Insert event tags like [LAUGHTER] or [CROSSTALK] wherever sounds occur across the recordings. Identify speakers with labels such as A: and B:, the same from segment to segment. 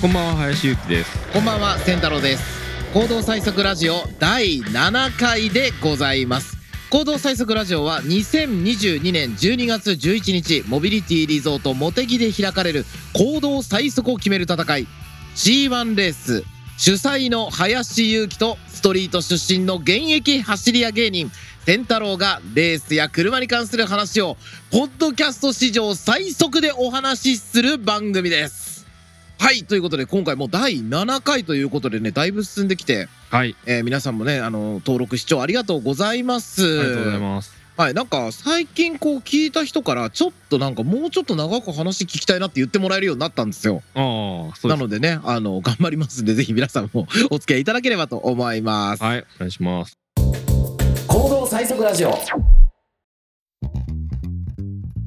A: こんばんは林ゆうきです
B: こんばんは、千太郎です。行動最速ラジオ第7回でございます。行動最速ラジオは2022年12月11日、モビリティリゾートモテギで開かれる行動最速を決める戦い、C1 レース、主催の林祐希とストリート出身の現役走り屋芸人、千太郎がレースや車に関する話を、ポッドキャスト史上最速でお話しする番組です。はい、ということで今回もう第7回ということでね、だいぶ進んできて、
A: はい
B: えー皆さんもね、あの、登録視聴ありがとうございます。
A: ありがとうございます
B: はい、なんか最近こう聞いた人から、ちょっとなんかもうちょっと長く話聞きたいなって言ってもらえるようになったんですよ。
A: ああそう
B: な
A: で
B: のでね、あの、頑張りますんで、ぜひ皆さんも [LAUGHS] お付き合いいただければと思います
A: す。はいお願いします
C: 行動最速ラジオ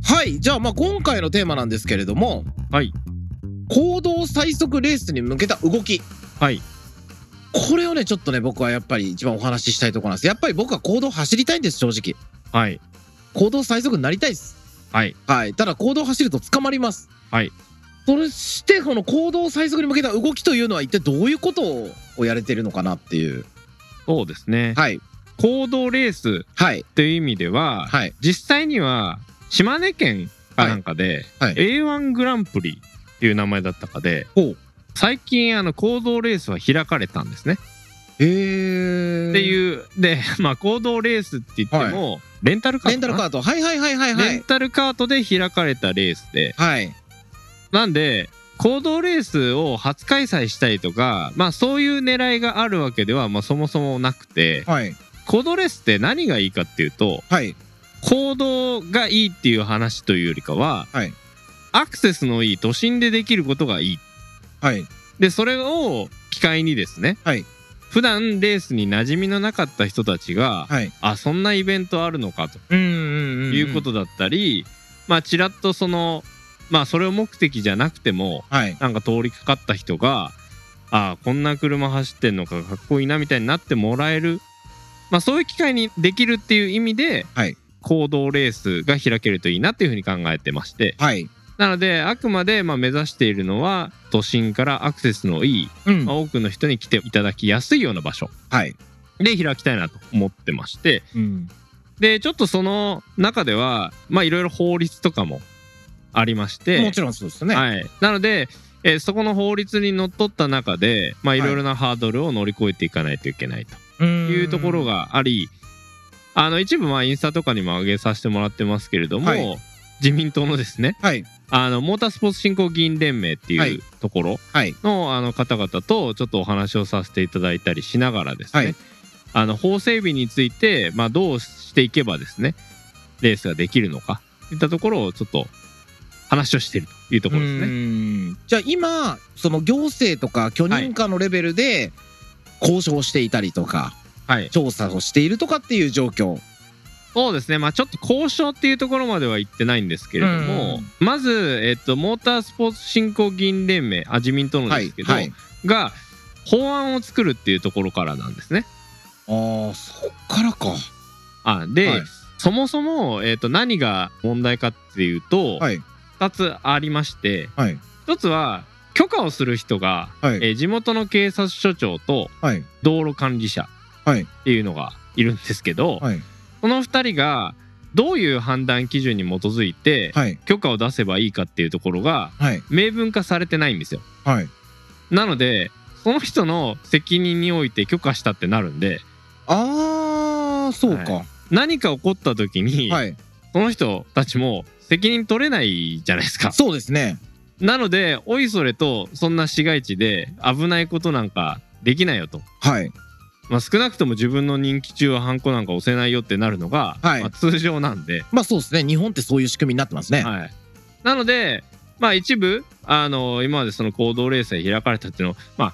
B: はい、じゃあまあ今回のテーマなんですけれども、
A: はい
B: 行動最速レースに向けた動き。
A: はい
B: これをね、ちょっとね、僕はやっぱり一番お話ししたいところなんです。やっぱり僕は行動走りたいんです、正直。
A: はい
B: 行動最速になりたいです。
A: はい。
B: はい。ただ行動走ると捕まります。
A: はい。
B: そして、この行動最速に向けた動きというのは一体どういうことをやれてるのかなっていう。
A: そうですね、
B: はい。
A: 行動レース
B: はい。
A: っていう意味では、
B: はい。
A: 実際には島根県かなんかで、
B: はいはい
A: A1 グランプリっていう名前だったかで
B: ほう。
A: 最近あの行動レースは開かれたんですね。
B: へー。
A: って
B: う。
A: いうで [LAUGHS] まあ行動レースって言っても、レンタルカート
B: レンタルカート。はいはいはいはいは
A: レン
B: い。
A: タルカートで開かれたレースで
B: はい。
A: なんで行動レースを初開催したりとかまあそういう狙いがあるわけでは、まあ、そもそもなくて
B: はい。
A: 行動レースって何がいいかっていうと
B: はい。
A: 行動がいいっていう話というよりかは、
B: はい
A: アクセスのいい都心でできることがいい
B: はい。
A: でそれを機会にですね、
B: はい
A: 普段レースに馴染みのなかった人たちが、
B: はい。
A: あそんなイベントあるのかと
B: うんうんうん。
A: いうこ。とだったり、まあちらっとそのまあそれを目的じゃなくても
B: はい。
A: なんか通りかかった人がああこんな車走ってんのかかっこいいなみたいになってもらえる、まあ、そういう機会にできるっていう意味で、
B: はい
A: 行動レースが開けるといいなっていうふうに考えてまして
B: はい。
A: なのであくまでまあ目指しているのは都心からアクセスのいい、
B: うん
A: まあ。多くの人に来ていただきやすいような場所
B: はい。
A: で開きたいなと思ってまして
B: うん。
A: でちょっとその中ではまあいろいろ法律とかもありまして
B: もちろんそうですね。
A: はい、なので、えーそこの法律にのっとった中で、まあ、
B: い
A: いろいろなハードルを乗り越えていかないといけないと
B: い。
A: いうところ。があり、あの一部まあインスタとかにも上げさせてもらってますけれども、
B: はい
A: 自民党のですね
B: はい。
A: あのモータースポーツ振興議員連盟って
B: はいいう
A: ところ
B: はい。
A: の,、あの方々とちょっとお話をさせていただいたりしながらですね、
B: はい
A: あの法整備について、まあ、どうしていけばですねレースができるのかといったところをちょっと話をしているというところですね。
B: ね。じゃあ今その行政とか許認可のレベルで交渉していたりとか
A: はい、
B: 調査をしているとかっていう状況。
A: そうですね、まあ、ちょっと交渉っていうところまでは行ってないんですけれども、まず、えっと、モータースポーツ振興議員連盟、あ自民党の
B: は
A: で
B: い
A: すけど、
B: はい。
A: が法案を作るっていうところからなんですね。
B: ああそっからか。
A: あで、
B: はい
A: そもそも、えっと、何が問題かっていうと、
B: はい
A: 2つありまして、
B: はい
A: 1つは許可をする人が、
B: は
A: えー地元の警察署長と
B: はい
A: 道路管理者
B: はい
A: っていうのがいるんですけど、
B: はい
A: この2人がどういう判断基準に基づいて、
B: はい
A: 許可を出せばいいかっていうところが
B: はい
A: 明文化されてないんですよ
B: はい。
A: なのでその人の責任において許可したってなるんで
B: ああそうか。
A: 何か起こった時に、
B: はい。
A: その人たちも責任取れないじゃないですか
B: そうですね。
A: なのでおいそれとそんな市街地で危ないことなんかできないよと、
B: はい
A: まあ、少なくとも自分の任期中はハンコなんか押せないよってなるのが、
B: はい
A: まあ通常なんで、
B: まあそうですね。日本ってそういう仕組みになってますね。
A: はい、なのでまあ一部あの今までその行動レースで開かれたっていうのはまあ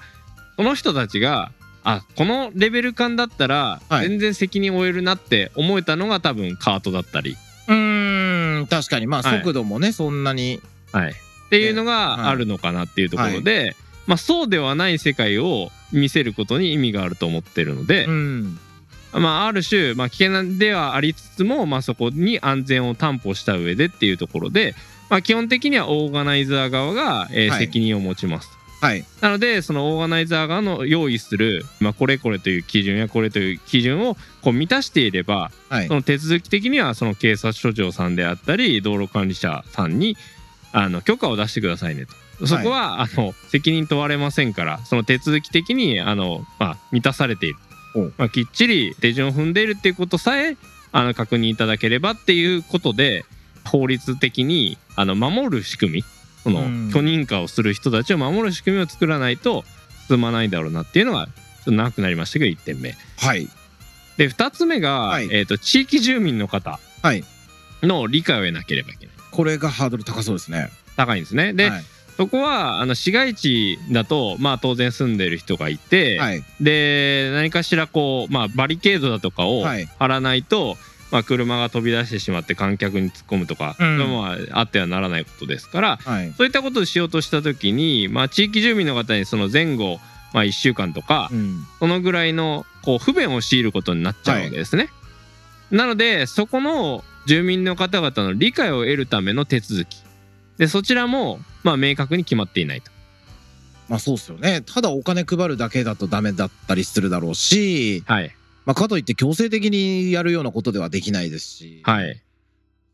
A: その人たちがあこのレベル感だったら
B: はい
A: 全然責任負えるなって思えたのが多分カートだったり、
B: うーん確かにまあ
A: はい
B: 速度もねそんなに
A: はい、っていうの
B: はい
A: があるのかなっていうところで、まあ、そうではない世界を見せることに意味があると思ってるので、
B: うん
A: まあ、ある種、まあ、危険ではありつつも、まあ、そこに安全を担保した上でっていうところで、まあ、基本的にはオーガナイザー側が、えー
B: はい
A: 責任を持ちます
B: はい
A: なのでそのオーガナイザー側の用意する、まあ、これこれという基準やこれという基準をこう満たしていれば
B: はい
A: その手続き的にはその警察署長さんであったり道路管理者さんにあの許可を出してくださいねとそこは、あの責任問われませんからその手続き的にあの、まあ、満たされてい
B: お
A: る、まあ、きっちり手順を踏んでいるっていうことさえあの確認いただければっていうことで法律的にあの守る仕組みその
D: うん
A: 許認可をする人たちを守る仕組みを作らないと進まないだろうなっていうのがちょっと長くなりましたけど1点目。
B: はい
A: で2つ目が、
B: はい
A: えー、と地域住民の方
B: はい
A: の理解を得なければいけない
B: これがハードル高そうですね
A: 高いんですねで、
B: はい
A: そこはあの市街地だと、まあ、当然住んでる人がいて、
B: はい
A: で何かしらこう、まあ、バリケードだとかを
B: はい
A: 張らないと、まあ、車が飛び出してしまって観客に突っ込むとか、
D: うん
A: それはまああってはならないことですから
B: はい
A: そういったことをしようとした時に、まあ、地域住民の方にその前後、まあ、1週間とか、
B: うん
A: そのぐらいのこう不便を強いることになっちゃうわけですね。なのでそこの住民の方々の理解を得るための手続きでそちらもまあ明確に決まっていないと。
B: まあそうですよねただお金配るだけだとダメだったりするだろうし、
A: はい
B: まあ、かといって強制的にやるようなことではできないですし、
A: はい、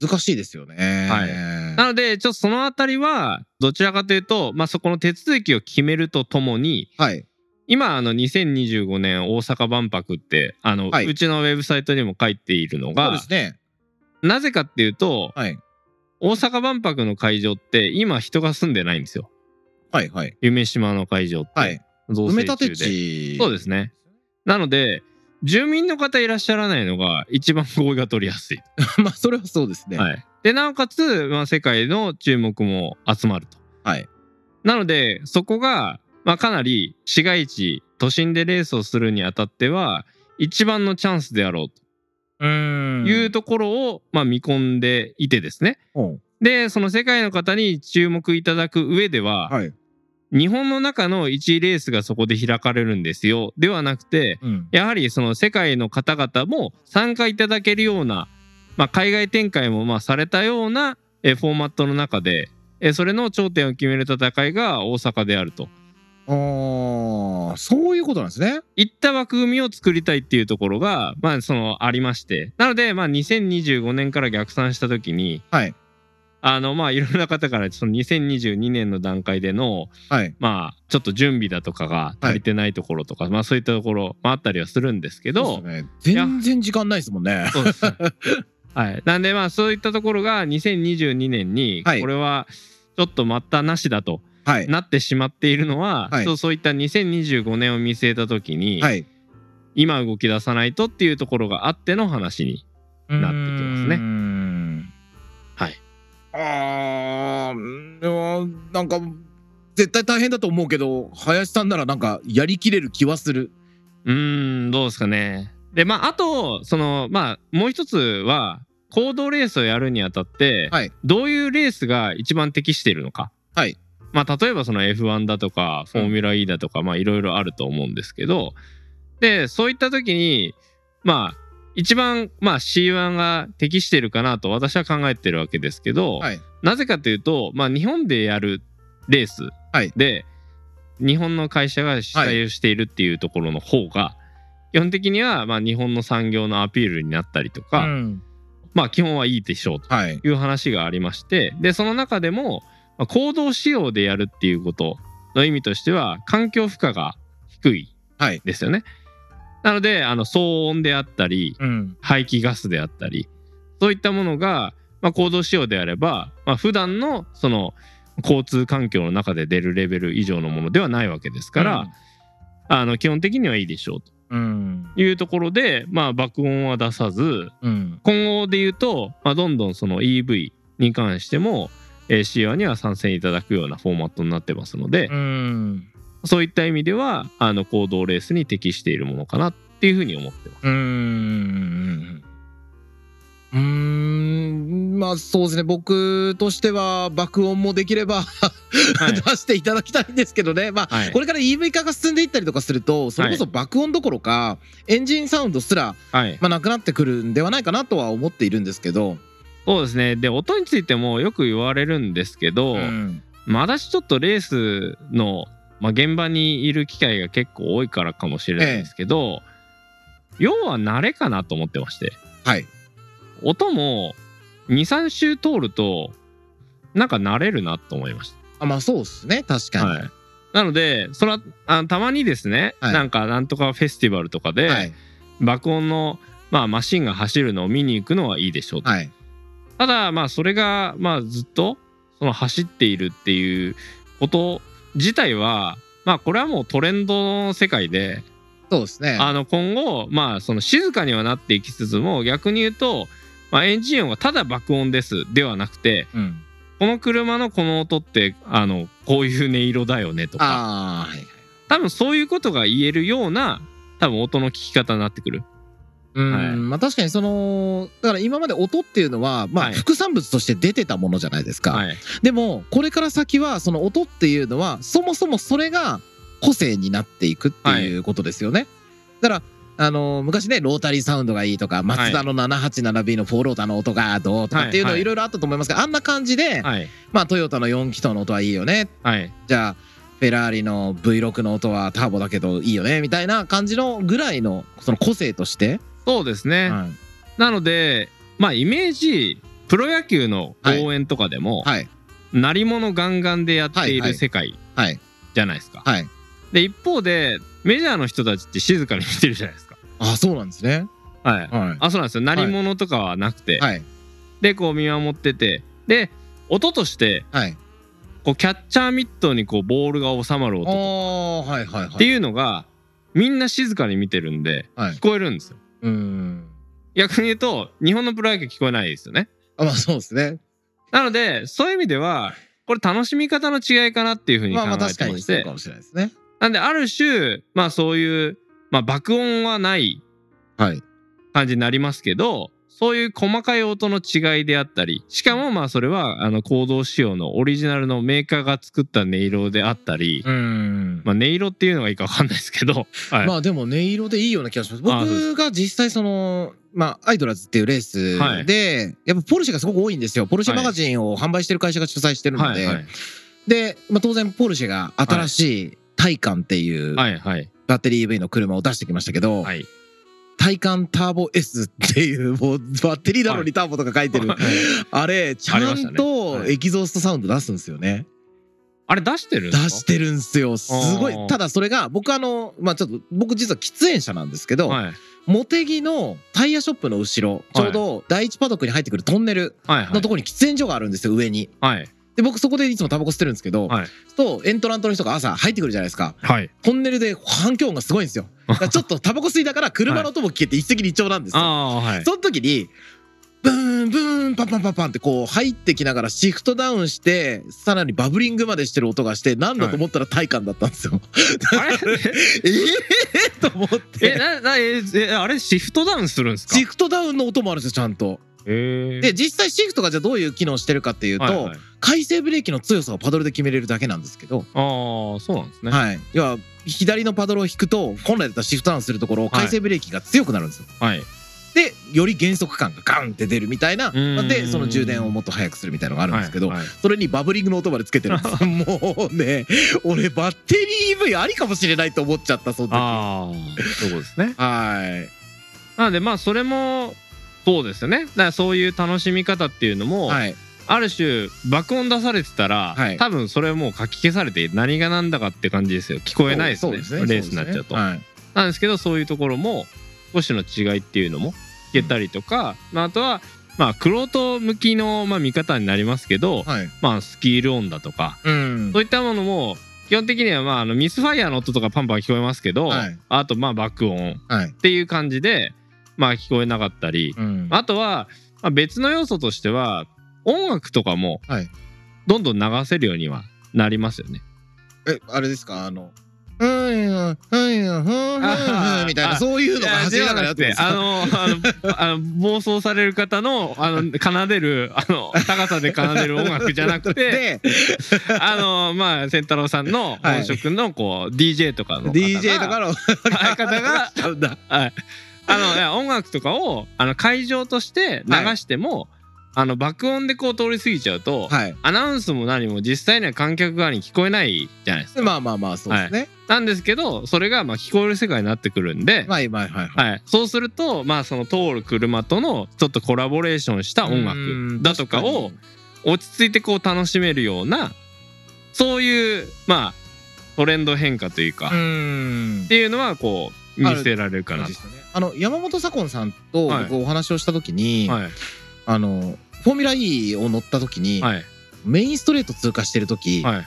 B: 難しいですよね
A: はいなのでちょっとそのあたりはどちらかというと、まあ、そこの手続きを決めるとともに
B: はい
A: 今あの2025年大阪万博ってあの、
B: はいう
A: ちのウェブサイトにも書いているの
B: そうで
A: が
B: すね
A: なぜかっていうと
B: はい
A: 大阪万博の会場って今人が住んでないんですよ
B: はいはい
A: 夢島の会場って。
B: はい
A: 造
B: 埋
A: 成
B: め
A: 中
B: 立て
A: で
B: 地
A: そうですねなので住民の方いらっしゃらないのが一番合意が取りやすい、
B: [LAUGHS] まあそれはそうですね
A: はい、でなおかつ、まあ、世界の注目も集まると
B: はい
A: なのでそこが、まあ、かなり市街地都心でレースをするにあたっては一番のチャンスであろう
D: うん
A: というところを、まあ、見込んでいてですね
B: うん
A: でその世界の方に注目いただく上では、
B: はい
A: 日本の中の1レースがそこで開かれるんですよではなくて
D: うん
A: やはりその世界の方々も参加いただけるような、まあ、海外展開もまあされたようなえーフォーマットの中でえーそれの頂点を決める戦いが大阪であると
B: ああそういうことなんですね
A: いった枠組みを作りたいっていうところが、まあ、そのありましてなのでまあ2025年から逆算した時に、
B: はい
A: あのまあいろんな方からその2022年の段階での
B: はい
A: まあちょっと準備だとかが足りてないところとか、まあそういったところ、まあ、あったりはするんですけど。
B: そうですね全然時間ないですもんね
A: そうですねはい、なんでまあそういったところが2022年に
B: はい
A: これはちょっと待ったなしだと
B: はい
A: なってしまっているのは、
B: はい
A: そうそういった2025年を見据えた時に、
B: はい
A: 今動き出さないとっていうところがあっての話になってきますね
D: ね
B: あーうんなんか絶対大変だと思うけど林さんならなんかやりきれる気はする
A: うーんどうですかね。でまああとそのまあもう一つは行動レースをやるにあたって、
B: はい
A: どういうレースが一番適しているのか。
B: はい
A: まあ、例えばその F1 だとかフォーミュラ E だとかまあいろいろあると思うんですけどでそういった時にまあ一番まあ C1 が適しているかなと私は考えてるわけですけど、
B: はい
A: なぜかというと、まあ、日本でやるレース
B: はい
A: で、日本の会社が主催をしているっていうところの方が、基本的にはまあ日本の産業のアピールになったりとか、
D: うん
A: まあ基本はいいでしょうと
B: はい
A: いう話がありましてでその中でもまあ行動仕様でやるっていうことの意味としては環境負荷が低い
B: はい
A: ですよね。なのであの騒音であったり、
D: うん
A: 排気ガスであったりそういったものが、まあ、行動仕様であれば、まあ普段のその交通環境の中で出るレベル以上のものではないわけですから、あの基本的にはいいでしょうと
D: うん
A: いうところで、まあ、爆音は出さず
D: うん
A: 今後で言うと、まあ、どんどんその EV に関しても、えー、CR には参戦いただくようなフォーマットになってますので、
D: うん
A: そういった意味ではあの行動レースに適しているものかなっていうふうに
D: [LAUGHS]
A: 思ってます。
D: うんうん
B: うーんまあそうですね僕としては爆音もできれば、
A: はい
B: [LAUGHS] 出していただきたいんですけどねまあ、
A: はい
B: これから EV 化が進んでいったりとかするとそれこそ爆音どころか、エンジンサウンドすら、
A: はい
B: まあ、なくなってくるんではないかなとは思っているんですけど
A: そうですねで音についてもよく言われるんですけど、
D: うん
A: まあ私ちょっとレースのまあ、現場にいる機会が結構多いからかもしれないですけど、要は慣れかなと思ってまして
B: はい。
A: 音も23周通るとなんか慣れるなと思いまし
B: あ、まあそうっすね。確
A: た、
B: かに。
A: はい、なのでそれはあたまにですね、
B: はい
A: なんかなんとかフェスティバルとかで、
B: はい。
A: 爆音の、まあ、マシンが走るのを見に行くのはいいでしょうと、
B: はい。
A: ただまあそれがまあずっとその走っているっていうこと自体はまあこれはもうトレンドの世界で
B: そうですね。
A: あの今後まあその静かにはなっていきつつも逆に言うとまあエンジン音がただ爆音ですではなくて
D: うん
A: この車のこの音ってあのこういう音色だよねとか
B: あーはい。
A: 多分そういうことが言えるような多分音の聞き方になってくる
B: うん、
A: はい
B: まあ確かにその、だから今まで音っていうのは、ま
A: は
B: あ
A: い
B: 副産物として出てたものじゃないですか。
A: はい
B: でも、これから先は、その音っていうのは、そもそもそれが個性になっていくっていうことですよね。だから、あの昔ねロータリーサウンドがいいとかマツダの 787B のフォーローターの音がどうとかっていう
A: は
B: の
A: いはい
B: いろいろあったと思いますがあんな感じで
A: はい
B: まあトヨタの4気筒の音はいいよね
A: はい
B: じゃあフェラーリの V6 の音はターボだけどいいよねみたいな感じのぐらいのその個性として、
A: そうですね、なのでまあイメージプロ野球の応援とかでも、
B: はい
A: 鳴り物ガンガンでやってい
B: はいは
A: る
B: い
A: 世界
B: はい
A: じゃないですか。
B: はい
A: で一方でメジャーの人たちって静かに見てるじゃないですか。
B: あそうなんですね
A: はい、
B: は
A: あそうなんですよ鳴り物とかはなくて、
B: いはい
A: でこう見守っててで音として
B: はい
A: こうキャッチャーミットにこうボールが収まる
B: あ
A: 音っ
B: ーはいはいはい
A: ていうのがみんな静かに見てるんで
B: はい
A: 聞こえるんですよ。
D: うん
A: 逆に言うと日本のプロ野球聞こえないですよね。
B: あまあそうですね
A: なのでそういう意味ではこれ楽しみ方の違いかなっていうふうに考
B: まあまあ
A: え
B: 確か
A: てま
B: に
A: し
B: そう
A: て
B: かもしれないですね
A: なんである種まあそういう、まあ、爆音はない
B: はい
A: 感じになりますけどそういう細かい音の違いであったりしかもまあそれはあの行動仕様のオリジナルのメーカーが作った音色であったり、
D: うん
A: まあ、音色っていうのがいいか分かんないですけど、はい
B: まあでも音色でいいような気がします
A: あそうで
B: 僕が実際そのまあアイドラーズっていうレース
A: はい
B: で、やっぱポルシェがすごく多いんですよポルシェマガジンを販売してる会社が主催してるので、
A: はいはい
B: で、まあ、当然ポルシェが新しいタイカンっていう
A: はいはい
B: バッテリー EV の車を出してきましたけど、
A: はい
B: タイカンターボ S っていうもうバッテリーなのにターボとか書いてる、あれちゃ
A: ありました
B: んと
A: はい
B: エキゾーストサウンド出すんですよね、
A: あれ出してるんで
B: 出
A: すか
B: してるんですよすごい
A: あー
B: ただそれが僕あのまあちょっと僕実は喫煙者なんですけど、
A: はい
B: 茂木のタイヤショップの後ろちょうど第一パドックに入ってくるトンネル
A: はいは
B: の
A: い
B: ところに喫煙所があるんですよ上に
A: はい
B: で僕そこでいつもタバコ吸ってるんですけど、
A: はい
B: とエントラントの人が朝入ってくるじゃないですか
A: はい
B: トンネルで反響音がすごいんですよ。だからちょっとタバコ吸いだから車の音も聞けて一石二鳥なんですよ。
A: ああーはい
B: その時に、ブーンブーンパンパンパンパンってこう入ってきながらシフトダウンして、さらにバブリングまでしてる音がして、なんだと思ったら体感だったんですよ。
A: あれ [LAUGHS]
B: ええと思っ
A: え
B: て。
A: ななええあれシフトダウンするんですか
B: シフトダウンの音もあるんですよ、ちゃんと。
A: へー
B: で、実際シフトがじゃあどういう機能してるかっていうと、
A: はいはい
B: 回生ブレーキの強さをパドルで決めれるだけなんですけど、
A: ああそうなんですね。
B: はい。要は、左のパドルを引くと、本来だったらシフトダウンするところを回生ブレーキが強くなるんですよ。
A: はい。
B: でより減速感がガンって出るみたいな
A: ーん
B: でその充電をもっと速くするみたいなのがあるんですけど、
A: はいはい
B: それにバブリングの音までつけてるんですもうね俺バッテリー EV ありかもしれないと思っちゃったその時は
A: ああそういうことですね。
B: い
A: なのでまあそれもそうですよね。だからそういう楽しみ方っていうのも、
B: はい
A: ある種爆音出されてたら、
B: はい
A: 多分それもうかき消されて何が何だかって感じですよ。聞こえないですね。
B: そう
A: レースになっちゃうと。
B: はい
A: なんですけどそういうところも少しの違いっていうのも聞けたりとか、まあ、あとはまあクロ向きのまあ見方になりますけど、
B: はい
A: まあスキール音だとか。
B: うん
A: そういったものも基本的にはまああのミスファイアの音とかパンパン聞こえますけど、
B: はい
A: あとまあ爆音
B: はい
A: っていう感じでまあ聞こえなかったり、
D: うん
A: あとはまあ別の要素としては音楽とかも
B: はい
A: どんどん流せるようにはなりますよね。
B: えあれですかあの「うんうんうんうんうんうん」みたいな
A: あ
B: そういうのが走りながらやってる
A: で
B: んです
A: あ
B: か
A: のあ
B: [LAUGHS]
A: のあの暴走される方のあの奏でるあの高さで奏でる音楽じゃなくて
B: [LAUGHS] で
A: あのまあ千太郎さんの本職のこう DJ とかの方が
B: DJ とかの
A: 相方
B: [LAUGHS]
A: が
B: ちゃうんだ
A: はい、あのいや音楽とかをあの会場として流しても、あの爆音でこう通り過ぎちゃうと、
B: はい
A: アナウンスも何も実際には観客側に聞こえないじゃないですか。
B: まあまあまあそうですね、
A: なんですけどそれがまあ聞こえる世界になってくるんで、
B: はい、はいはいはい
A: はい、そうするとまあその通る車とのちょっとコラボレーションした音楽だとかを落ち着いてこう楽しめるようなそういうまあトレンド変化というか、
D: う
A: っ
D: ん
A: ていうのはこう見せられるかなと。
B: あの山本左近さんと
A: はい
B: 僕お話をした時に、
A: はい
B: あのフォーミュラ E を乗った時に、
A: はい
B: メインストレート通過してる時、
A: はい、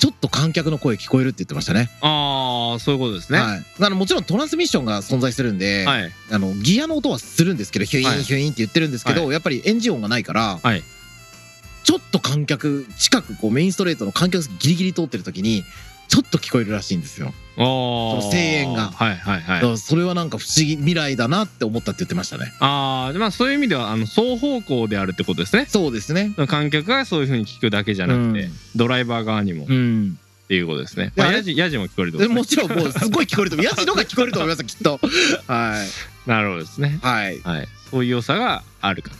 B: ちょっと観客の声聞こえるって言ってましたね
A: ああそういうことですね。は
B: はい、あのもちろんトランスミッションが存在するんで、
A: い、はい
B: あのギアの音はするんですけどヒュイ
A: はい
B: ンヒュインって言ってるんですけど、やっぱりエンジン音がないから、
A: はい
B: ちょっと観客近くこうメインストレートの観客ギリギリ通ってる時にちょっと聞こえるらしいんですよ、
A: あー
B: その声援が
A: はいはいはい
B: だからそれはなんか不思議未来だなって思ったって言ってましたね
A: ああまあそういう意味ではあの双方向であるってことですね
B: そうですね
A: 観客がそういうふうに聞くだけじゃなくて、ドライバー側にもっ
D: うん
A: ていうことですね、
B: で
A: まあ、
B: あれ
A: ヤジヤジも聞こえるってこと
B: で
A: ですね
B: もちろんもうすごい
A: [LAUGHS]
B: 聞こえると思うヤジの方が聞こえると思いますきっとはい
A: なるほどですね
B: はい
A: はいそういう良さがあるか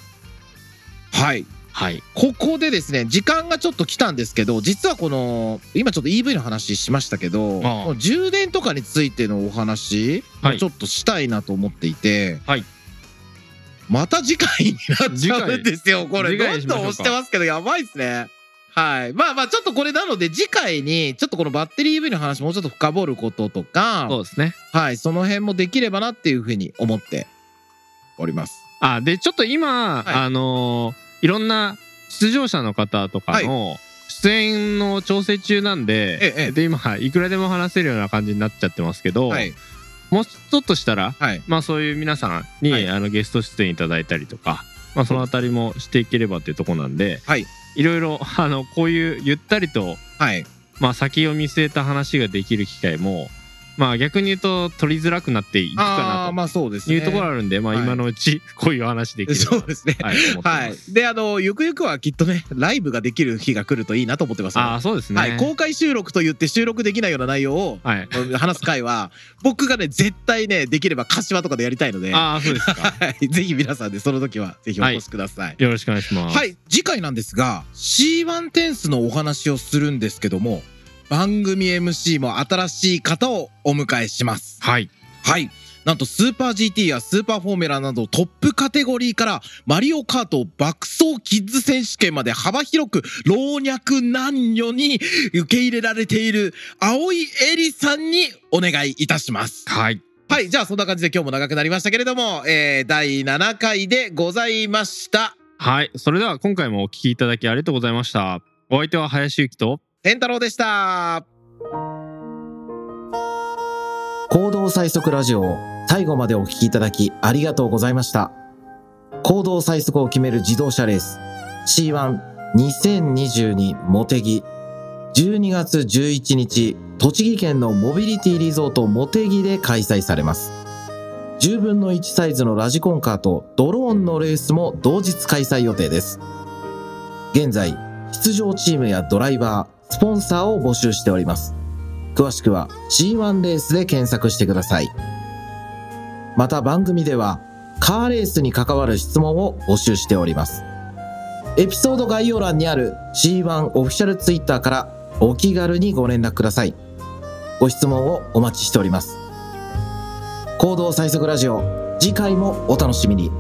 A: ら
B: はい
A: はい
B: ここでですね時間がちょっと来たんですけど実はこの今ちょっと EV の話しましたけど
A: ああ
B: この充電とかについてのお話、
A: はい
B: ちょっとしたいなと思っていて、
A: はい
B: また次回になっちゃうんですよこれ
A: 次
B: ど
A: 回に
B: ん
A: し
B: ど
A: まし
B: ん
A: ょうか
B: 押してますけどやばいっすね。はい、まあまあちょっとこれなので次回にちょっとこのバッテリー EV の話もうちょっと深掘ることとか
A: そうですね
B: はいその辺もできればなっていうふうに思っております。
A: あでちょっと今、
B: はい
A: あのーいろんな出場者の方とかの出演の調整中なんで、
B: ええええ
A: で今いくらでも話せるような感じになっちゃってますけど、
B: はい
A: もうちょっとしたら
B: はい
A: まあそういう皆さんに、
B: はい
A: あのゲスト出演いただいたりとか、まあ、そのあたりもしていければっていうとこなんで、
B: はい、
A: ろいろあのこういうゆったりと、
B: はい
A: まあ、先を見据えた話ができる機会も、まあ、逆に言うと取りづらくなっていく
B: ああ
A: か
B: ー
A: な
B: まあそうです
A: と
B: ね。
A: いうところあるんで、まあ、
B: はい
A: 今のうちこういう話できる
B: そうですね。
A: はい、思ってます。
B: はい。で、あの、ゆくゆくはきっとね、ライブができる日が来るといいなと思ってますので
A: ああそうですね。
B: はい。公開収録と言って収録できないような内容を [LAUGHS]
A: はい
B: 話す回は、僕がね、絶対ね、できれば柏とかでやりたいので、は
A: ああそうですか。
B: い。ぜひ皆さんで、その時は、ぜひお越しください。
A: よろしくお願いします。
B: はい。次回なんですが、C1 テンスのお話をするんですけども、番組 MC も新しい方をお迎えします。
A: はい。
B: はい。なんとスーパー GT やスーパーフォーメラなどトップカテゴリーからマリオカート爆走キッズ選手権まで幅広く老若男女に受け入れられている青井恵里さんにお願いいたします。
A: はい。
B: はい。じゃあそんな感じで今日も長くなりましたけれども、えー、第7回でございました。
A: はい。それでは今回もお聞きいただきありがとうございました。お相手は林幸と
B: 天太郎でした。
C: 行動最速ラジオを最後までお聞きいただきありがとうございました。行動最速を決める自動車レース C12022 モテギ12月11日栃木県のモビリティリゾートモテギで開催されます。10分の1サイズのラジコンカーとドローンのレースも同日開催予定です。現在、出場チームやドライバー、スポンサーを募集しております。詳しくは C1 レースで検索してください。また番組ではカーレースに関わる質問を募集しております。エピソード概要欄にある C1 オフィシャルツイッターからお気軽にご連絡ください。ご質問をお待ちしております。行動最速ラジオ、次回もお楽しみに。